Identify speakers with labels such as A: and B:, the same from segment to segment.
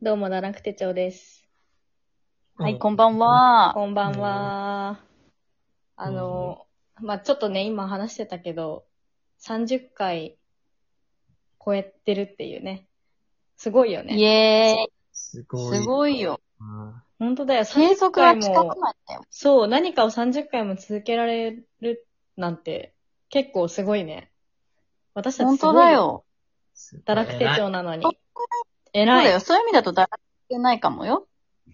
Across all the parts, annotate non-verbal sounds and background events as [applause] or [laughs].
A: どうも、奈良く手帳です。
B: はい、こんばん。は。
A: こんばんは。あの、まあ、ちょっとね、今話してたけど、30回超えてるっていうね。すごいよ
B: イ
A: ね。
B: エ
C: す
B: ーイ。
C: ごい。
B: すごいよ。
C: あ
A: 本当だよ、
B: 継
A: 30
B: 続は
A: 回
B: 近く
A: も。
B: ないんだよ。
A: そう、何かを30回も続けられるなんて、結構すごいね。私たち
B: 本
A: すご
B: 当
A: い。
B: だ。よ。
C: ー。
A: 奈良く手帳なのに。
B: そう
A: 偉
B: だ
A: い。
B: よ。そういう意味だとだらけないかもよ。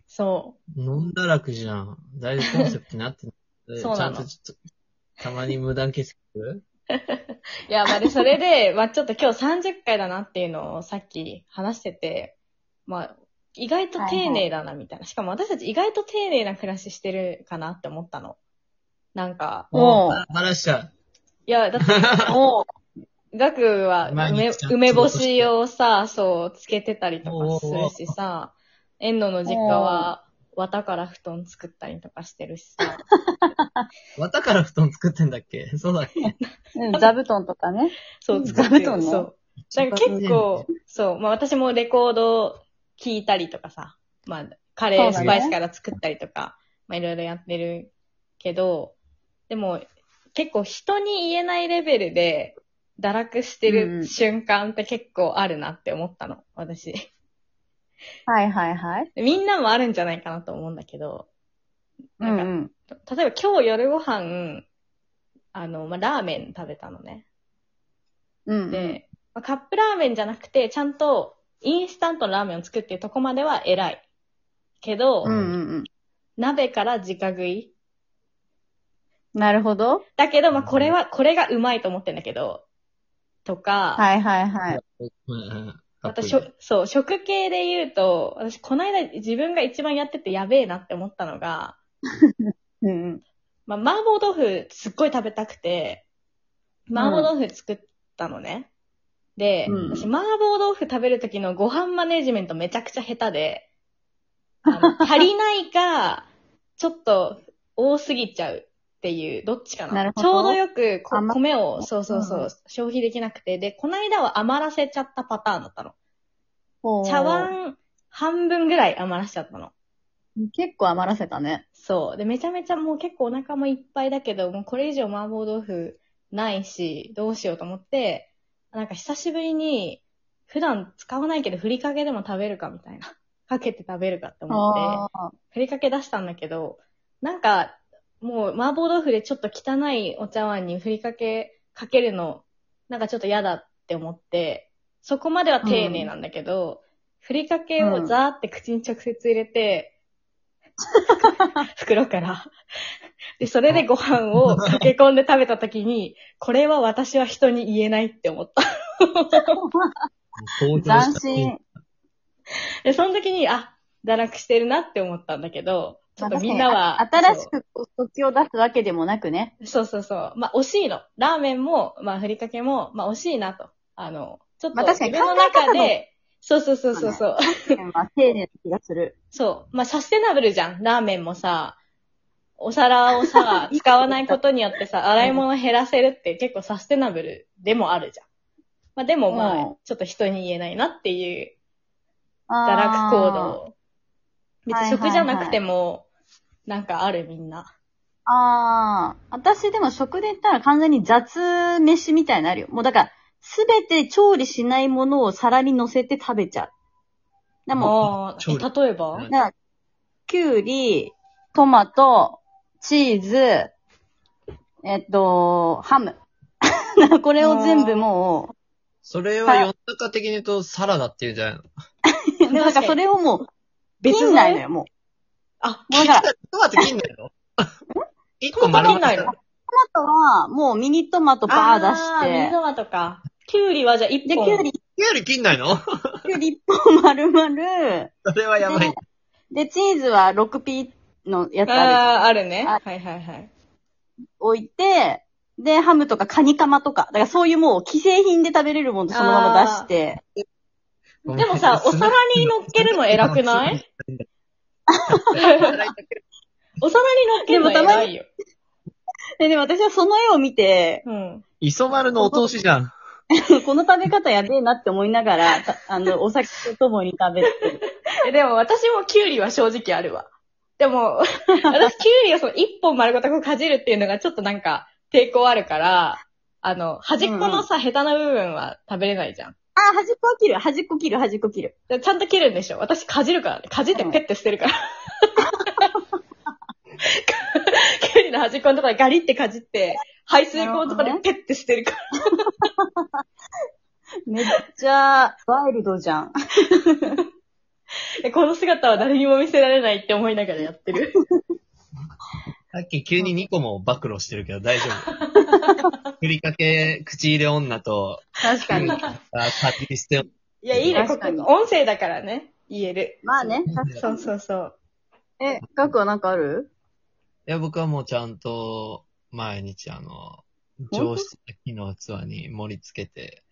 A: そ
C: 飲んだらくじゃん。だいぶコンセプトになってない
A: [laughs] そうなの
C: ちゃんとちょっと、たまに無断欠席
A: う。いや、まあ、で、それで、まあ、ちょっと今日30回だなっていうのをさっき話してて、まあ、意外と丁寧だな、みたいな。しかも私たち意外と丁寧な暮らししてるかなって思ったの。なんか、
B: おう
C: あ話した。
A: いや、だって、
B: おう
A: ガクは
C: [laughs] 毎
A: 梅
C: 日ちゃんと
A: 梅干しをさ、そう、つけてたりとかす
C: おー
A: るしさ、遠野の実家は綿から布団作ったりとかしてるしさ。
C: 綿から布団作ってんだっけそうだっけ
B: うん座布団とかね。
A: そう、使っ
B: 座
A: て
B: 布団
A: る。
B: ね
A: そう。だから結構、、そう、まあ私もレコード聴いたりとかさ、まあカレー
B: そうだ
A: ス
B: ね
A: パイスから作ったりとか、まあいろいろやってるけど、でも結構人に言えないレベルで堕落して
B: うんう
A: る
B: ん
A: 瞬間って結構あるなって思ったの、私。
B: はいはいはい。
A: みんなもあるんじゃないかなと思うんだけど、
B: う
A: なんか
B: ん
A: 例えば今日夜ご飯、あの、まあ、ラーメン食べたのね。
B: うん。うんうん。
A: で、まあ、カップラーメンじゃなくて、ちゃんとインスタントのラーメンを作るっていうとこまでは偉い。けど、
B: うんうんうん。
A: 鍋から直食い。
B: なるほど。
A: だけど、まあ、これは、これがうまいと思ってんだけど、とか、
B: はいはいはい。
A: また
C: 私
A: しょ、そう、食系で言うと、私、この間自分が一番やっててやべえなって思ったのが、
B: うんうん。
A: まあ、麻婆豆腐すっごい食べたくて、麻婆豆腐作ったのね。で、
B: うん
A: 私、麻婆豆腐食べる時のご飯マネジメントめちゃくちゃ下手で、あ
B: [laughs]
A: の足りないか、ちょっと多すぎちゃうっていう、どっちかな。
B: なるほ
A: ち
B: ど
A: ょうどよくこ
B: 余
A: 米を、そうそうそう、
B: うん
A: 消費できなくて、で、この間は余らせちゃったパターンだったの。
B: おう
A: 茶碗半分ぐらい余らしちゃったの。
B: 結構余らせたね。
A: そう。で、めちゃめちゃもう結構お腹もいっぱいだけど、もうこれ以上麻婆豆腐ないし、どうしようと思って、なんか久しぶりに、普段使わないけど、ふりかけでも食べるかみたいな。かけて食べるかって思って、
B: ああ。
A: ふりかけ出したんだけど、なんか、もう麻婆豆腐でちょっと汚いお茶碗にふりかけかけるの、なんかちょっと嫌だって思って、そこまでは丁寧なんだけど、ふりかけをザーって口に直接入れ
B: [laughs]
A: て、袋から。で、それでご飯を駆け込んで食べた時に、これは私は人に言えないって思った。
C: 斬
B: 斬新。。
A: で、その時に、あ、堕落してるなって思ったんだけど、ちょっとみんな
B: ま
A: は。
B: あ確かにあ新しく土地を出すわけでもな
A: [laughs]
B: くね。
A: そうそうそう。まあ、惜しいの。ラーメンも、まあ、ふりかけも、まあ、惜しいなと。あの、ちょっと
B: まあ確か
A: 自
B: に
A: 分の中で、そうそうそうそうそう。
B: まあ丁寧な気がする。
A: そう。まあ、サステナブルじゃん。ラーメンもさ、お皿を
B: [laughs]
A: さ、使わないことによってさ、洗い物減らせるって結構サステナブルでもあるじゃん。まあ、でもま
B: う
A: あ
B: ん、
A: ちょっと人に言えないなっていう、堕
B: 堕
A: 落行動を。別
B: は
A: に
B: いはいは
A: 食
B: い
A: じゃなくても、なんかあるみんな。
B: ああ、私でも食で言ったら完全に雑飯みたいになるよ。もうだから、すべて調理しないものを皿に乗せて食べちゃう。でも、
A: ああ、
C: 調理
A: え例えば
C: うん
B: だから、きゅうり、トマト、チーズ、えっと、ハム。 [laughs] だからこれを全部も
C: それは世の中的に言うとサラダっていうんじゃないの
B: う、でもなん
A: 確か
B: か
A: に
B: それをもう、
A: 別
B: 切ん
A: に
B: ないのよ、もう。
A: あ、
B: もうだから、
C: トマト切んない
A: [laughs]
C: の一
A: ト
C: 個
A: マ
C: 丸
A: ト
C: ま
A: 切んないの
B: トマトは、もうミニトマトバー出し
A: あーミニ
B: て、
A: トマトか。キュウリはじゃあ1
B: で、き
A: 本。
B: ゅうり、
C: きゅうり切んないの [laughs]
B: きゅうり1本丸々、
C: それはやばい。
B: で、チーズは 6P のやつある
A: ああ、あるね。は
B: あ
A: いはいはい。
B: 置いて、で、ハムとかカニカマとか、だからそういうもう既製品で食べれるものそのまま出して、
A: でも
C: [laughs]
A: さ、お皿に乗っけるの偉くないお皿に乗っけるの
B: でもた
A: 偉
B: ま
A: いよ。
B: で、でも私はその絵を見て、 [laughs]
A: うん。
C: 磯丸のお通しじゃん。
B: [laughs] この食べ方やべえなって思いながら、たあの、お酒とともに食べてる。
A: えでも私もキュウリは正直あるわ。で [laughs] も、私キュウリをその一本丸ごとこうかじるっていうのがちょっとなんか抵抗あるから、あの、端っこのさ、ヘタの部分は食べれないじゃん。
B: あ、端っこは切る。端っこ切る、端っこ切る。
A: でちゃんと切るんでしょ私かじるからね。かじってペッて捨てるから。キュウリの端っこのところでガリってかじって、排水口のところでペッて捨てるから。
B: めっちゃ、ワイルドじゃん。
A: えこの姿は誰にも見せられないって思いながらやってる。
C: さっき急に2個も暴露してるけど大丈
A: [laughs]
C: 夫。ふりかけ、口入れ女と、
B: 確かに。
C: あ、パティステ
A: [laughs] いや、いいね、こ
B: 確
A: こ
B: かに。
A: 音声だからね、言える。
B: まあね。
A: そうそうそう。
B: え、ガクはなんかある
C: いや、僕はもうちゃんと、毎日あの、上質な木の器に盛り付けて、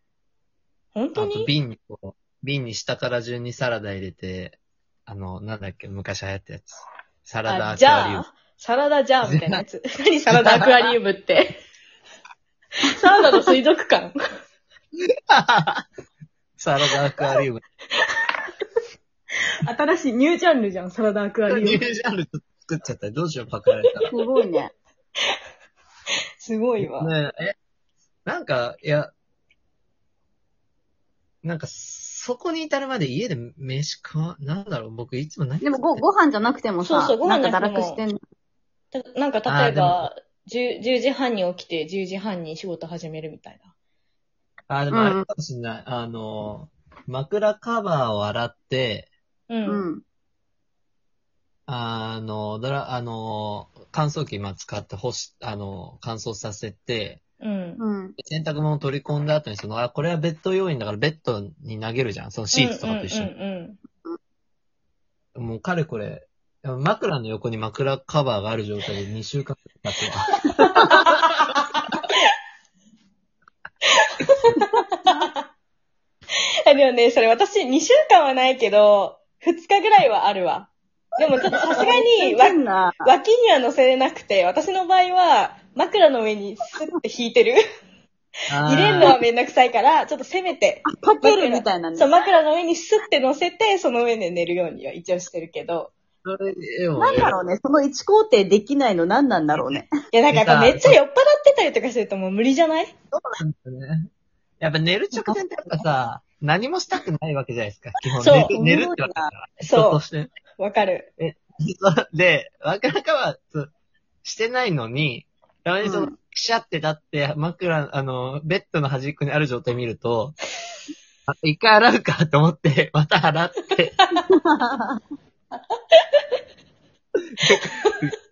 A: 本
C: あ
A: 当
C: と
A: に
C: 瓶にこう、瓶に下から順にサラダ入れて、あの、なんだっけ、昔流行ったやつ。サラダ
A: あ、
C: ア
A: じ
C: クアリ
A: ゃ
C: ウム
A: あ。、サラダじゃあみたいなやつ。 [laughs] 何サラダアクアリウム [laughs] って。サラダの水族館。 [laughs]
C: サラダアクアリウム。
A: 新しいニュージャンルじゃん、サラダアクア
C: ニュ
A: リウム。
C: ージャンル作っちゃったらどうしよう、パクられたら
B: す。ごいね。
A: [laughs] すごいわ。
C: ねえ、えなんか、いや、なんか、そこに至るまで家で飯食わ、なんだろう、僕いつも何
B: でもご、ご飯じゃなくてもさ、
A: そうそうご飯
B: な
A: じ
B: ん
A: ゃ
B: か
A: な
B: 堕
A: くても
B: 落してんの。
A: たなんか
C: あ
A: 例え
C: ーでも
A: ば10、10時半に起きて10時半に仕事始めるみたいな。
C: あ、でもあれかもしんない。あの、枕カバーを洗って、
A: う。
B: うんん。
C: あの、ドラ、あの、乾燥機今使って干し、あの、乾燥させて、
A: うん。
B: うん。
C: 洗濯物を取り込んだ後に、その、あ、これはベッド要員だからベッドに投げるじゃん。そのシーツとかと一緒に。
A: うんうんうん
C: もうかれこれ、枕の横に枕カバーがある状態で2週間経ってた。
A: あでもね、それ私2週間はないけど、2日ぐらいはあるわ。でもちょっとさすがに、わ
B: 変な。
A: 脇には乗せれなくて、私の場合は、枕の上にスッて引いてる。入れるのはめんどくさいから、ちょっとせめて、
B: かけるみたいなね
A: そう、。枕の上にスッて乗せて、その上で寝るようには一応してるけど。
C: それ、でも
B: なんだろうね。その一工程できないの何なんだろうね。
A: いや、なんかやっぱめっちゃ酔っ払ってたりとかするともう無理じゃない
C: ね。やっぱ寝る直前ってやっぱさ、何もしたくないわけじゃないですか。基本
A: そう
C: 寝る寝るってわけだから。人
A: そ
C: として。
A: う、わかる。
C: そうで、枕カバーそうしてないのに、たまにその、
B: う
C: くしゃって立って、枕、あの、ベッドの端っこにある状態見ると、あ一回洗うかと思って、 [laughs] また洗
B: [laughs]
C: って、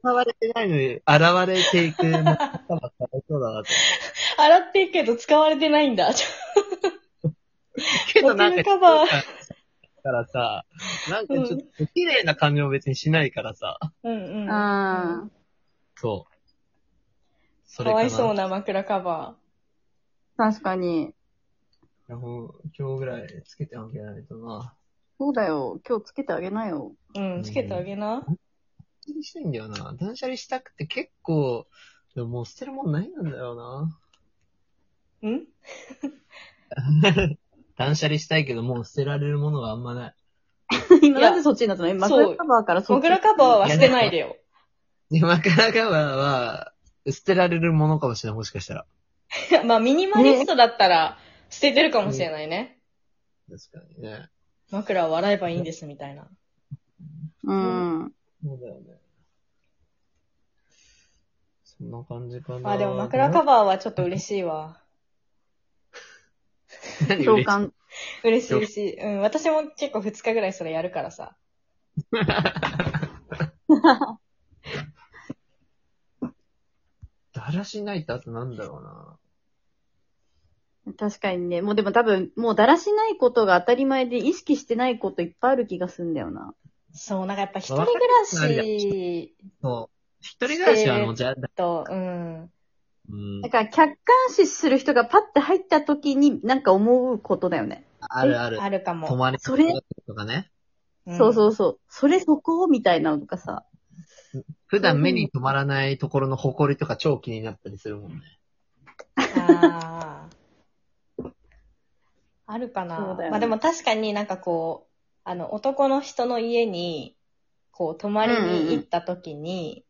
C: 洗われてないのに、洗われていく枕カバーかわいそうだなって。
A: 洗っていくけど使われてないんだ。
C: けどなん
A: ボ
C: か、
A: トルカバー
C: からさ、なんかちょっと綺麗な感じも別にしないからさ、
A: うんうん。
B: うん。
C: そう。そ
A: かわいそう
C: な。
A: な枕カバ
B: 確かに。
C: いやもう今日ぐらいつけてあげないとな。
B: そうだよ。今日つけてあげなよ。
A: ー。うん、つけてあげな。
C: 断捨離したいんだよな。断捨離したくて結構、でももう捨てるもんないんだよな。
A: うん
C: 断捨離したいけど、もう捨てられるものがあんまない。
B: [laughs] 今なんでそっちになったの今、
A: そう
B: 枕カバーからそっち。
A: 枕カバーは捨てないでよ。
C: で、枕カバーは、捨てられるものかもしれない、もしかしたら。
A: [laughs] まあ、ミニマリストだったら捨ててるかもしれないね。
C: 確かにね。
A: 枕を洗えばいいんです、みたいな。
B: うん。
C: そうだよね。そんな感じかな。
A: あ、でも枕カバーはちょっと嬉しいわ。
C: ー。何嬉
B: 共
C: しい
B: 感。
A: 嬉しいし、うん、私も結構2日ぐらいそれやるからさ。
C: だらしないってあとなんだろうな。
B: 確かにね。もうでも多分、もうだらしないことが当たり前で意識してないこといっぱいある気がすんだよな。
A: そう、なんかやっぱ一人暮らし
C: そう。一人暮らしは
A: して
C: もうじゃ、
A: と、うん。
C: うん
B: だ。から客観視する人がパッて入った時になんか思うことだよね。
C: あるある。
A: あるかも。。
C: 泊まり
B: それ
C: とかね。
B: そうそううそう。それそこみたいなのとかさ。
C: 普段目に止まらないところの埃とか超気になったりするもんね。
A: あーあるかな。
B: そうだよ
A: [laughs]
B: ね
A: まあでも確かになんかこう、あの、男の人の家に、こう、泊まりに行った時に、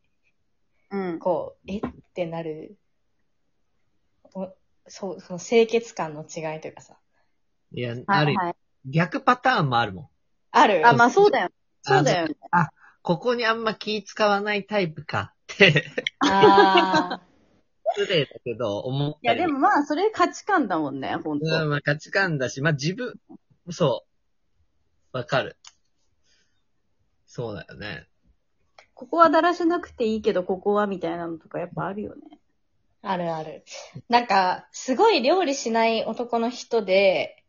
B: うん。
A: こう、えってなる、おそう、その清潔感の違いというかさ、
C: いや、
B: は
C: あ
B: い
C: る、
B: はい。
C: 逆パターンもあるもん。
A: ある
B: あ、まあそうだよ。そうだよね。
C: ここにあんま気使わないタイプかって、
A: あ
C: 失礼だけど、思った
B: いや、
C: り
B: でもまあ、それ価値観だもんね、ほんと。
C: うん、まあ価値観だし、まあ自分、そう。わかる。そうだよね。
B: ここはだらしなくていいけど、ここはみたいなのとかやっぱあるよね。
A: ー、あるある。なんか、すごい料理しない男の人で、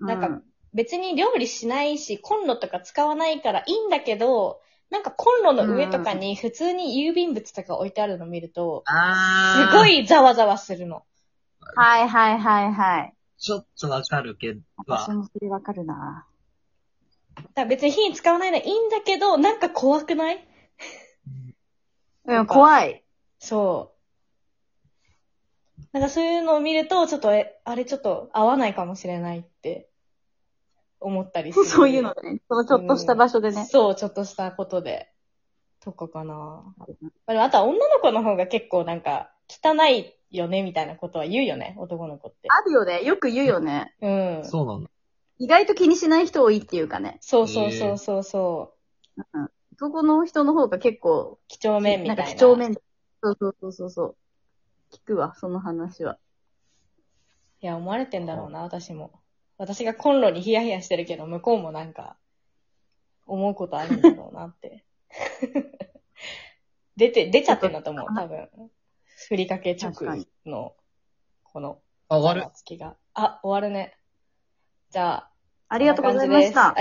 A: なんか
B: う
A: 別に料理しないし、コンロとか使わないからいいんだけど、なんかコンロの上とかに普通に郵便物とか置いてあるの見ると、
C: あ
A: すご。いざわざわするの。
B: はいはいはいはい。
C: ちょっとわかるけど、
B: 私もそれわかるな。
A: だから別に火に使わないのはいいんだけど、なんか怖くない
B: うん、怖い。
A: そう。なんかそういうのを見ると、ちょっと、えあれちょっと合わないかもしれないって思ったりする。
B: [laughs] そういうのね。そのちょっとした場所でね。
A: そう、ちょっとしたことで。とかかな。まあでもあとは女の子の方が結構なんか、汚いよね、みたいなことは言うよね、男の子って。
B: あるよね。よく言うよね。
A: うん。
C: そうなんだ。
B: 意外と気にしない人多いっていうかね。
A: そうそうそうそうそう。
B: 男の人の方が結構、
A: 几帳面みた
B: ないん
A: な。
B: か几帳面。そうそうそうそうそう。聞くわ、その話は。
A: いや、思われてんだろうな、私も。私がコンロにヒヤヒヤしてるけど、向こうもなんか、思うことあるんだろうなって。 [laughs] 出て、出ちゃってんだと思う、多分。ふりかけ直
B: 確かに
A: の、この、
C: あ、
A: つきが。あ、終わるね。じゃあ、
B: ありがとうございました。